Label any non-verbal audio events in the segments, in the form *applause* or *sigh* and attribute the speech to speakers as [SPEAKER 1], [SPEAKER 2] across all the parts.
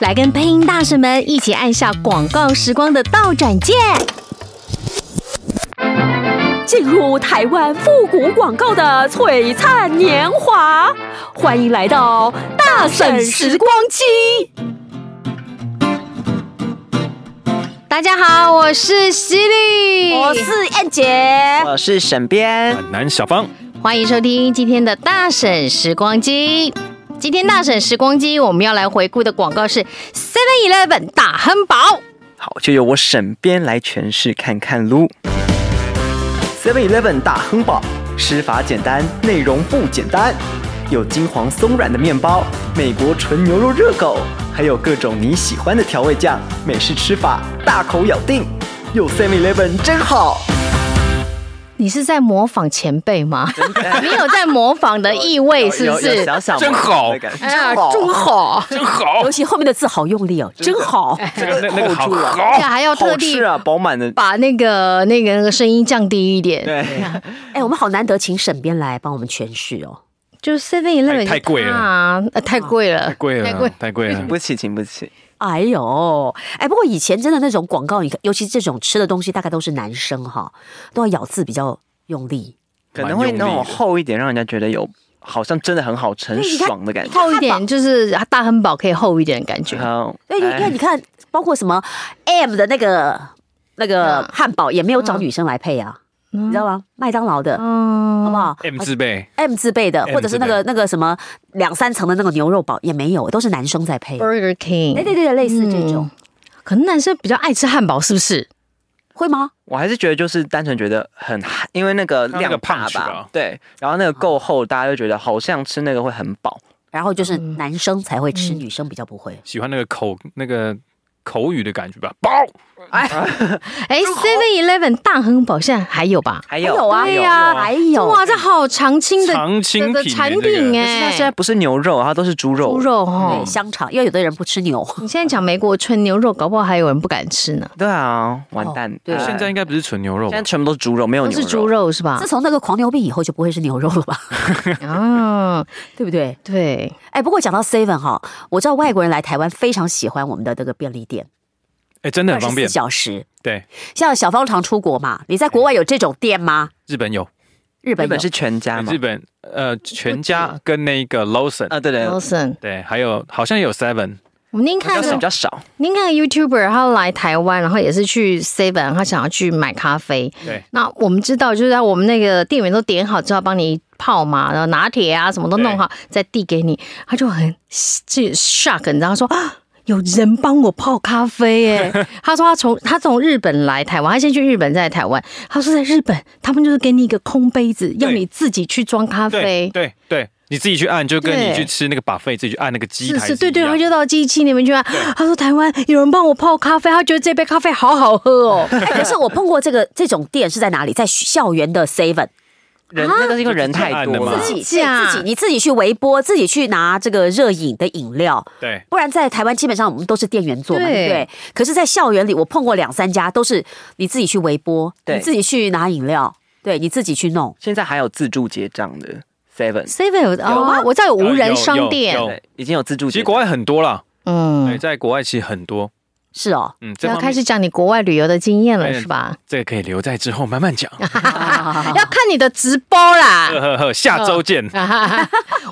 [SPEAKER 1] 来跟配音大神们一起按下广告时光的倒转键，
[SPEAKER 2] 进入台湾复古广告的璀璨年华，欢迎来到大婶时光机。
[SPEAKER 1] 大家好，我是犀利，
[SPEAKER 2] *laughs* 我是燕姐，
[SPEAKER 3] *laughs* 我是沈编，
[SPEAKER 4] 南小芳。
[SPEAKER 1] 欢迎收听今天的大婶时光机。今天大婶时光机我们要来回顾的广告是 Seven Eleven 大汉堡。
[SPEAKER 3] 好，就由我沈编来诠释看看喽。Seven Eleven 大亨堡，吃法简单，内容不简单，有金黄松软的面包、美国纯牛肉热狗，还有各种你喜欢的调味酱，美式吃法，大口咬定。有 Seven Eleven 真好。
[SPEAKER 1] 你是在模仿前辈吗？你有在模仿的意味，是不
[SPEAKER 3] 有有
[SPEAKER 1] 是？
[SPEAKER 3] 小小
[SPEAKER 4] 真好
[SPEAKER 3] 真
[SPEAKER 1] 哎呀，
[SPEAKER 3] 好，
[SPEAKER 1] 真好！
[SPEAKER 4] 真好
[SPEAKER 2] *laughs*
[SPEAKER 1] *laughs*
[SPEAKER 2] 尤，其后面的字好用力哦，真 *laughs* 好。
[SPEAKER 4] 这个那那个好
[SPEAKER 3] 扣住了
[SPEAKER 1] 而且
[SPEAKER 4] 好，
[SPEAKER 1] 还要特
[SPEAKER 3] 好
[SPEAKER 1] 地
[SPEAKER 3] 吃啊，饱满的。
[SPEAKER 1] 把那个那个那个声音降低一点。
[SPEAKER 3] 对， *laughs*
[SPEAKER 2] 哎，我们好难得请沈编来帮我们诠释哦。
[SPEAKER 1] 就是 Seven Eleven
[SPEAKER 4] 太太贵了
[SPEAKER 1] 啊，呃太贵了，太
[SPEAKER 4] 贵
[SPEAKER 1] 太贵
[SPEAKER 4] 了，。太贵了
[SPEAKER 3] 请。不起，请不起。
[SPEAKER 2] 哎呦，哎，不过以前真的那种广告，你看，尤其这种吃的东西，大概都是男生哈，都要咬字比较用力。
[SPEAKER 3] 可能会那
[SPEAKER 4] 蛮用
[SPEAKER 3] 种
[SPEAKER 4] 力的
[SPEAKER 3] 厚一点，让人家觉得有好像真的很好吃、很
[SPEAKER 2] 对你看
[SPEAKER 3] 爽的感觉。
[SPEAKER 1] 厚一点就是大汉堡可以厚一点的感觉，
[SPEAKER 3] 好，哎
[SPEAKER 2] 对，因为因哎为你看，包括什么 M 的那个那个
[SPEAKER 1] 嗯
[SPEAKER 2] 汉堡也没有找女生来配啊，你知道吗？麦当劳的好
[SPEAKER 1] 嗯
[SPEAKER 2] 不，好
[SPEAKER 4] M 字辈，
[SPEAKER 2] ？M 字辈的，
[SPEAKER 4] M
[SPEAKER 2] 或者是那个
[SPEAKER 4] 字
[SPEAKER 2] 那个什么两三层的那个牛肉堡也没有，都是男生在
[SPEAKER 4] 嗯
[SPEAKER 2] 配。
[SPEAKER 1] Burger
[SPEAKER 2] 哎对
[SPEAKER 1] King，
[SPEAKER 2] 对对，类似这种
[SPEAKER 1] 嗯可能男生比较爱吃汉堡，是不是？
[SPEAKER 2] 会吗？
[SPEAKER 3] 我还是觉得就是单纯觉得很，因为那个
[SPEAKER 4] 它那
[SPEAKER 3] 量
[SPEAKER 4] 个
[SPEAKER 3] 大
[SPEAKER 4] punch
[SPEAKER 3] 吧
[SPEAKER 4] 吧，
[SPEAKER 3] 对，然后那个够厚，大家就觉得好像吃那个会很饱。
[SPEAKER 2] 然后就是
[SPEAKER 1] 嗯
[SPEAKER 2] 男生才会吃，女生比较不会。
[SPEAKER 4] 喜欢那个口那个口语的感觉吧，包
[SPEAKER 1] 哎，Seven Eleven 大汉堡现在还有吧？
[SPEAKER 3] 还有
[SPEAKER 2] 有啊
[SPEAKER 4] 哎
[SPEAKER 3] 还
[SPEAKER 1] 对
[SPEAKER 3] 有
[SPEAKER 1] 呀，
[SPEAKER 2] 还有
[SPEAKER 1] 哎哇，这好常青的
[SPEAKER 4] 常青
[SPEAKER 1] 的的
[SPEAKER 4] 品的
[SPEAKER 1] 产
[SPEAKER 4] 这个
[SPEAKER 1] 品
[SPEAKER 3] 可是它现在
[SPEAKER 1] 哎，
[SPEAKER 3] 不是牛肉，它都是猪肉。
[SPEAKER 1] 猪肉
[SPEAKER 2] 对，
[SPEAKER 4] 嗯
[SPEAKER 1] 哈。
[SPEAKER 2] 香肠，因为有的人不吃牛，
[SPEAKER 1] 你现在讲美国纯牛肉，搞不好还有人不敢吃呢。
[SPEAKER 3] 对啊，完蛋。
[SPEAKER 2] 哦对
[SPEAKER 3] 哎
[SPEAKER 4] 现在应该不是纯牛肉
[SPEAKER 3] 现
[SPEAKER 4] 吧
[SPEAKER 3] 在，全部都是猪肉，没有
[SPEAKER 1] 都
[SPEAKER 3] 牛
[SPEAKER 1] 是猪。肉是吧
[SPEAKER 2] 自？从那个狂牛病以后就不会是牛肉了吧？ *laughs*
[SPEAKER 1] 啊，
[SPEAKER 2] 对不对？
[SPEAKER 1] 对，
[SPEAKER 2] 哎，不过讲到 Seven 哈，我知道外国人来台湾非常喜欢我们的这个便利店，
[SPEAKER 4] 哎，真的
[SPEAKER 2] 二
[SPEAKER 4] 很
[SPEAKER 2] 十
[SPEAKER 4] 方
[SPEAKER 2] 四
[SPEAKER 4] 便。
[SPEAKER 2] 小时。
[SPEAKER 4] 对，
[SPEAKER 2] 像小方常出国嘛，你在国外有这种店吗？
[SPEAKER 4] 日本有，
[SPEAKER 2] 日本
[SPEAKER 3] 日
[SPEAKER 2] 有
[SPEAKER 3] 本是全家嘛
[SPEAKER 4] 日？本呃全家跟那个
[SPEAKER 1] 呃
[SPEAKER 4] Lawson，
[SPEAKER 3] 啊，对对，
[SPEAKER 2] 哦
[SPEAKER 1] Wilson，
[SPEAKER 4] 对，还有好像也有 Seven，
[SPEAKER 1] 我们您
[SPEAKER 3] 比较
[SPEAKER 1] 看
[SPEAKER 3] 少比
[SPEAKER 1] 那
[SPEAKER 3] 较
[SPEAKER 2] 啊
[SPEAKER 3] 少。
[SPEAKER 1] 您看 YouTuber 他来台湾，然后也是去 Seven，他想要去买咖啡。
[SPEAKER 4] 对，
[SPEAKER 1] 那我们知道，就是在我们那个店员都点好之后，帮你泡嘛，然后拿铁啊什么都弄好，再递给你，他就很这 shock，你知道，他说啊。有人帮我泡咖啡耶、 *laughs* 他说他从他从日本来台湾，他先去日本，再来台湾。他说在日本，他们就是给你一个空杯子，要你自己去装咖
[SPEAKER 4] 对
[SPEAKER 1] 啡。
[SPEAKER 4] 对对，你自己去按，就跟
[SPEAKER 1] 对
[SPEAKER 4] 你去吃那个 buffet 自己去按那个机
[SPEAKER 1] 是
[SPEAKER 4] 台
[SPEAKER 1] 是，对对，
[SPEAKER 4] 一
[SPEAKER 1] 然后
[SPEAKER 4] 样
[SPEAKER 1] 就到机器里面去啊。他说台湾有人帮我泡咖啡，他觉得这杯咖啡好好喝哦。
[SPEAKER 2] 哎，可是我碰过这个这种店是在哪里？在校园的 Seven，
[SPEAKER 3] 人那个是因为人太多
[SPEAKER 4] 就是这样的嘛
[SPEAKER 3] 了
[SPEAKER 2] 自。己
[SPEAKER 1] 真假
[SPEAKER 2] 对自己你自己去微波，自己去拿这个热饮的饮料。
[SPEAKER 4] 对，
[SPEAKER 2] 不然在台湾基本上我们都是店员做嘛，
[SPEAKER 1] 对
[SPEAKER 2] 对不对？可是，在校园里我碰过两三家，都是你自己去微波，
[SPEAKER 3] 对
[SPEAKER 2] 你自己去拿饮料，对你自己去弄。
[SPEAKER 3] 现在还有自助结账的 Seven，
[SPEAKER 1] Seven 有哦，我知道有无人商店
[SPEAKER 4] 有，有
[SPEAKER 3] 对，已经有自助
[SPEAKER 4] 哦其
[SPEAKER 3] 结
[SPEAKER 4] 实国
[SPEAKER 3] 账。
[SPEAKER 4] 外很多啦，对，
[SPEAKER 1] 嗯，
[SPEAKER 4] 在国外其实很多，
[SPEAKER 2] 是
[SPEAKER 4] *laughs*
[SPEAKER 2] 哦，
[SPEAKER 4] 嗯，哎这
[SPEAKER 1] 要
[SPEAKER 4] 方
[SPEAKER 1] 开
[SPEAKER 4] 面
[SPEAKER 1] 始讲你国外旅游的经验了
[SPEAKER 4] 哎啊
[SPEAKER 1] 是吧？
[SPEAKER 4] 这个可以留在之后慢慢讲。
[SPEAKER 1] 要看你的直播
[SPEAKER 4] 呵 *laughs*
[SPEAKER 1] 啦。 *laughs*
[SPEAKER 4] 呵呵，下周
[SPEAKER 1] 嗯
[SPEAKER 4] 见。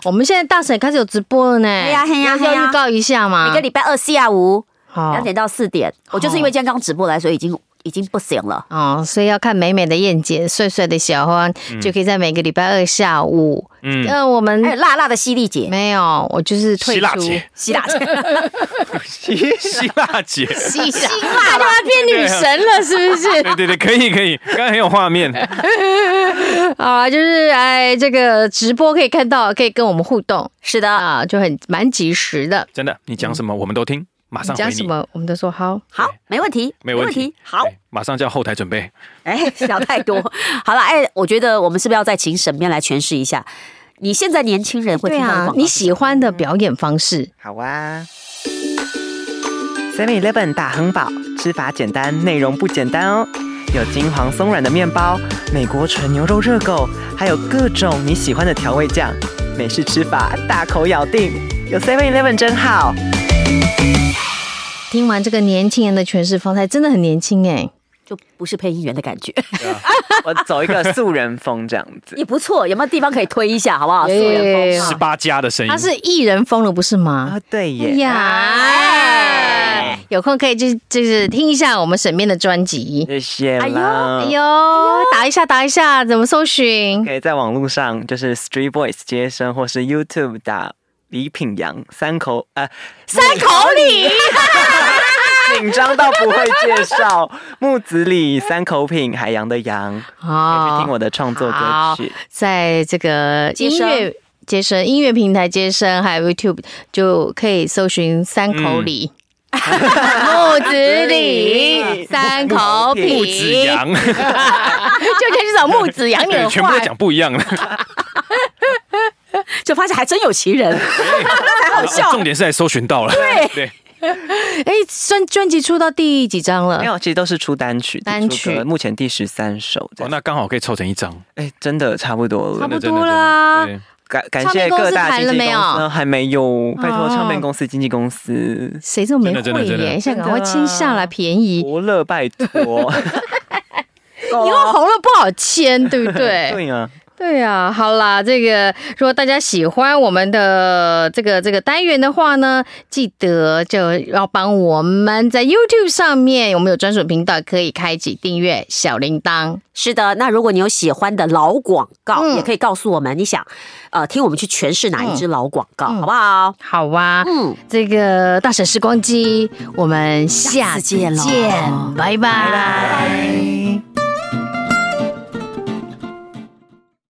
[SPEAKER 1] 我们现在大婶开始有直播了呢，
[SPEAKER 2] 嘿哎呀嘿呀
[SPEAKER 1] 要
[SPEAKER 2] 嘿呀
[SPEAKER 1] 要预告一下嘛。
[SPEAKER 2] 每个礼拜二下午
[SPEAKER 1] 好
[SPEAKER 4] 哦
[SPEAKER 2] 两点到四点，我就是因为今天刚直播来，所以已经已经不行了。
[SPEAKER 1] 哦，所以要看美美的燕姐、帅帅的小欢，就可以在每个礼拜二下午。
[SPEAKER 4] 嗯，
[SPEAKER 1] 那我们
[SPEAKER 2] 还有哎辣辣的犀利姐，
[SPEAKER 1] 没有，我就是退
[SPEAKER 4] 希腊
[SPEAKER 1] 出。
[SPEAKER 4] 姐，
[SPEAKER 2] *laughs* 希腊姐，
[SPEAKER 4] *laughs* 希腊姐，
[SPEAKER 1] *laughs* 希希 *laughs* 腊，她变女神了，是不是？
[SPEAKER 4] 对对对，可以可以，刚刚很有画面。
[SPEAKER 1] 啊，就是哎，这个直播可以看到，可以跟我们互动
[SPEAKER 2] 是的，
[SPEAKER 1] 啊，就很蛮及时的。
[SPEAKER 4] 真的，你讲什么我们都听，马上
[SPEAKER 1] 你
[SPEAKER 4] 回
[SPEAKER 1] 讲
[SPEAKER 4] 你。
[SPEAKER 1] 什么，我们都说好。
[SPEAKER 2] 好，没问题，
[SPEAKER 4] 没问题
[SPEAKER 2] 好，
[SPEAKER 4] 对马上叫后台准备。
[SPEAKER 2] *laughs* 哎，想太
[SPEAKER 4] *laughs*
[SPEAKER 2] 多。好了，哎，我觉得我们是不是要再请沈编来诠释一下？你现在年轻人会
[SPEAKER 1] 对
[SPEAKER 2] 听到的广
[SPEAKER 1] 啊
[SPEAKER 2] 告，
[SPEAKER 1] 你喜欢的表演方式，
[SPEAKER 3] 好啊。Seven Eleven 大亨堡，吃法简单，内容不简单哦。有金黄松软的面包、美国纯牛肉热狗，还有各种你喜欢的调味酱。美式吃法，大口咬定。有 Seven Eleven 真好。
[SPEAKER 1] 听完这个年轻人的诠释方式，真的很年轻哎、
[SPEAKER 2] 就不是配音员的感觉， *laughs*
[SPEAKER 3] 我走一个素人风这样子。
[SPEAKER 2] 也不错。有没有地方可以推一下，好
[SPEAKER 1] *laughs*
[SPEAKER 2] 不好？素
[SPEAKER 1] 耶
[SPEAKER 2] 人风
[SPEAKER 4] 十八加的声音
[SPEAKER 1] 他，是艺人风了，不是吗
[SPEAKER 3] 啊？，对
[SPEAKER 1] 哎
[SPEAKER 3] 耶。
[SPEAKER 1] 呀，有空可以就就是听一下我们沈面的专辑。
[SPEAKER 3] 谢谢
[SPEAKER 2] 哎呦
[SPEAKER 3] 啦。
[SPEAKER 1] 哎呦，打一下打一下，怎么搜寻？
[SPEAKER 3] 可以在网络上就是 Street Boys 接生，或是 YouTube 打李品阳三口呃三口里， *laughs* 紧张到不会介绍木子李三口品海洋的洋，去听
[SPEAKER 1] 哦，
[SPEAKER 3] 我的创作歌
[SPEAKER 1] 好
[SPEAKER 3] 曲。，
[SPEAKER 1] 在这个
[SPEAKER 2] 接
[SPEAKER 1] 音
[SPEAKER 2] 生
[SPEAKER 1] 乐接生音乐平台接生，还有 YouTube 就可以搜寻三口里。
[SPEAKER 4] 嗯
[SPEAKER 1] 木子李三口
[SPEAKER 3] 木
[SPEAKER 1] 品，
[SPEAKER 4] 木子阳，
[SPEAKER 1] *laughs* 就可以去找木子杨，你
[SPEAKER 4] 对，
[SPEAKER 1] 很
[SPEAKER 4] 全部都
[SPEAKER 1] 坏。
[SPEAKER 4] 讲不一样了。
[SPEAKER 2] 就发现还真有
[SPEAKER 1] *laughs*
[SPEAKER 2] 其人，太好笑了
[SPEAKER 4] 重。点是还搜寻到了，对对，
[SPEAKER 1] 哎，专专辑出到第几张了
[SPEAKER 3] 没？有，其实都是出单曲，
[SPEAKER 1] 单
[SPEAKER 3] 出歌
[SPEAKER 1] 曲
[SPEAKER 3] 目前第十三首这
[SPEAKER 4] 哦，
[SPEAKER 3] 样。
[SPEAKER 4] 那刚好可以凑成一张，
[SPEAKER 3] 哎，真的差不多
[SPEAKER 1] 差
[SPEAKER 3] 了
[SPEAKER 1] 不。多
[SPEAKER 4] 真的真的
[SPEAKER 1] 了啊
[SPEAKER 4] 真的对
[SPEAKER 3] 感感
[SPEAKER 1] 唱
[SPEAKER 3] 谢
[SPEAKER 1] 片公司
[SPEAKER 3] 各大
[SPEAKER 1] 谈
[SPEAKER 3] 经
[SPEAKER 1] 了
[SPEAKER 3] 纪
[SPEAKER 1] 没
[SPEAKER 3] 公
[SPEAKER 1] 有
[SPEAKER 3] 司，呃还没有，拜托
[SPEAKER 1] 哦
[SPEAKER 3] 唱片公司、经纪公司，
[SPEAKER 1] 谁这么没
[SPEAKER 4] 真的
[SPEAKER 1] 慧
[SPEAKER 4] 真的真
[SPEAKER 1] 眼？
[SPEAKER 4] 的
[SPEAKER 1] 想赶快签下来便宜，
[SPEAKER 3] 伯乐拜托。
[SPEAKER 2] 啊 *laughs*
[SPEAKER 1] 以后红了不好签，对不 *laughs* 对？
[SPEAKER 3] 对啊呀，
[SPEAKER 1] 对呀、好啦，这个如果大家喜欢我们的这个这个单元的话呢，记得就要帮我们在 YouTube 上面，我们有专属频道可以开启订阅小铃铛。
[SPEAKER 2] 是的，那如果你有喜欢的老广告，
[SPEAKER 1] 嗯
[SPEAKER 2] 也可以告诉我们，你想，呃，听我们去诠释哪一支老广告，
[SPEAKER 1] 嗯
[SPEAKER 2] 好不好？
[SPEAKER 1] 好啊，
[SPEAKER 2] 嗯，
[SPEAKER 1] 这个大婶时光机，我们下
[SPEAKER 2] 下次
[SPEAKER 1] 次见
[SPEAKER 2] 见咯
[SPEAKER 1] 拜拜。拜拜